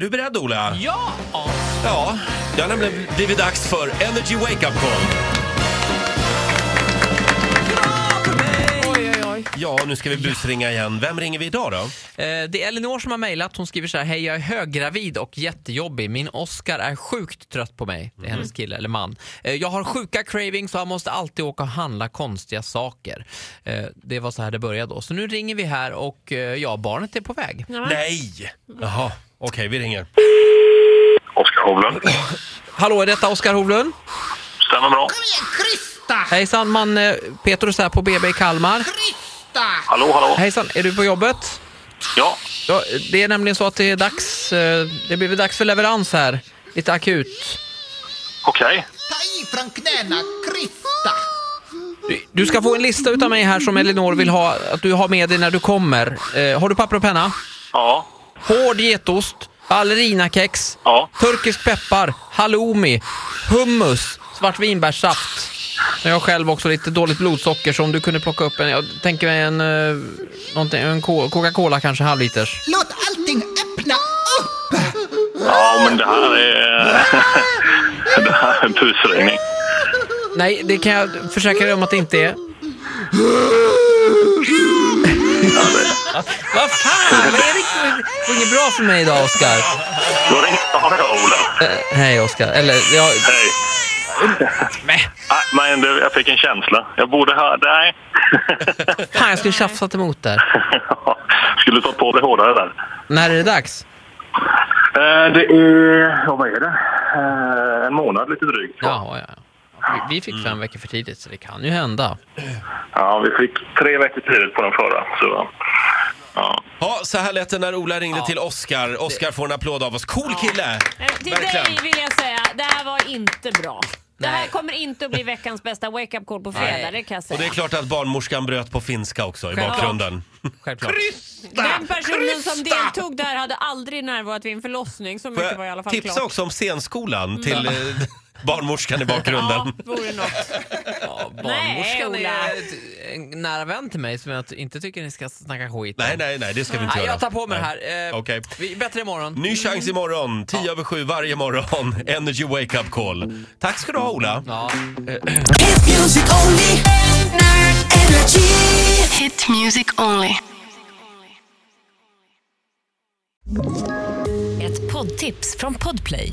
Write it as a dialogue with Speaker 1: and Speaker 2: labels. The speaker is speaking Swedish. Speaker 1: Är du beredd Ola?
Speaker 2: Ja!
Speaker 1: Ja, det har nämligen blivit dags för Energy Wake Up Call.
Speaker 2: Oj, oj, oj.
Speaker 1: Ja, nu ska vi busringa igen. Vem ringer vi idag då?
Speaker 2: Eh, Det är Elinor som har mejlat. Hon skriver så här. Hej, jag är höggravid och jättejobbig. Min Oscar är sjukt trött på mig. Det är hennes kille eller man. Eh, Jag har sjuka cravings och han måste alltid åka och handla konstiga saker. Eh, Det var så här det började då. Så nu ringer vi här och eh, ja, barnet är på väg.
Speaker 1: Nej! Jaha, okej vi ringer.
Speaker 3: Oskar Hovlund.
Speaker 2: Hallå, är detta Oskar Hovlund?
Speaker 3: Stämmer bra.
Speaker 2: Hejsan, man eh, Petrus här på BB i Kalmar.
Speaker 3: Hallå, hallå.
Speaker 2: Hejsan, är du på jobbet?
Speaker 3: Ja,
Speaker 2: Ja, det är nämligen så att det är dags. eh, Det blir väl dags för leverans här. Lite akut.
Speaker 3: okej.
Speaker 4: Ta i från knäna, krysta!
Speaker 2: Du- Du ska få en lista utav mig här som Elinor vill ha, att du har med dig när du kommer. Eh, har du papper och penna?
Speaker 3: Ja,
Speaker 2: Hård getost, ballerinakex,
Speaker 3: Ja.
Speaker 2: turkisk peppar, halloumi, hummus, svartvinbärssaft. Jag har själv också lite dåligt blodsocker så om du kunde plocka upp en, jag tänker mig en, eh, någonting- en Co- Coca-Cola kanske halvliters.
Speaker 4: Låt allting öppna upp!
Speaker 3: ja men det här är... det här är en busringning.
Speaker 2: Nej, det kan jag försäkra dig om att det inte är. Vad fan, vad är det? Det går inget bra för mig idag Oskar.
Speaker 3: Då ringde jag dig, Ola.
Speaker 2: Eh, Hej Oskar, eller jag...
Speaker 3: Hej.
Speaker 2: Mäh.
Speaker 3: Nej, men det, jag fick en känsla. Jag borde ha... Nej.
Speaker 2: Fan, jag skulle tjafsat emot där.
Speaker 3: Skulle ta på dig hårdare där.
Speaker 2: När är det dags?
Speaker 3: Eh, det är... Ja, vad är det? Eh, en månad lite drygt.
Speaker 2: Jaha, ja. ja. Vi- Vi fick
Speaker 1: Mm.
Speaker 2: fem veckor för tidigt, så det kan ju hända.
Speaker 3: Ja, vi fick tre veckor tidigt på den förra. Så, ja.
Speaker 1: Ja, så här lät det när Ola ringde till Oscar. Oscar får en applåd av oss. Cool kille!
Speaker 5: Eh, Till dig vill jag säga, det här var inte bra. Det här kommer inte att bli veckans bästa wake-up call på fredag,
Speaker 2: Nej.
Speaker 5: det kan jag
Speaker 1: Och det är
Speaker 5: säga.
Speaker 1: klart att barnmorskan bröt på finska också i
Speaker 2: Självklart.
Speaker 1: bakgrunden.
Speaker 2: Självklart.
Speaker 5: Den personen som deltog där hade aldrig närvarat vid en förlossning, så
Speaker 1: Får
Speaker 5: mycket var i alla
Speaker 1: jag
Speaker 5: fall
Speaker 1: tipsa
Speaker 5: klart.
Speaker 1: också om scenskolan till eh, barnmorskan i bakgrunden?
Speaker 5: Ja, vore något.
Speaker 2: Ja,
Speaker 5: Nej,
Speaker 2: barnmorskan
Speaker 5: Ola.
Speaker 2: är ett- en nära vän till mig som jag inte tycker ni ska snacka skit om.
Speaker 1: Nej, nej, nej, det ska vi inte
Speaker 2: Nej,
Speaker 1: göra.
Speaker 2: jag tar på mig det
Speaker 1: Nej.
Speaker 2: här. Eh,
Speaker 1: Okej. Mm.
Speaker 2: vi, bättre imorgon.
Speaker 1: Ny chans imorgon, 10 över 7 varje morgon. Energy Wake Up Call. Tack ska du ha Ola.
Speaker 2: Ja.
Speaker 6: Hit music only. Nerd energy.
Speaker 7: Hit music only.
Speaker 8: Ett poddtips från Podplay.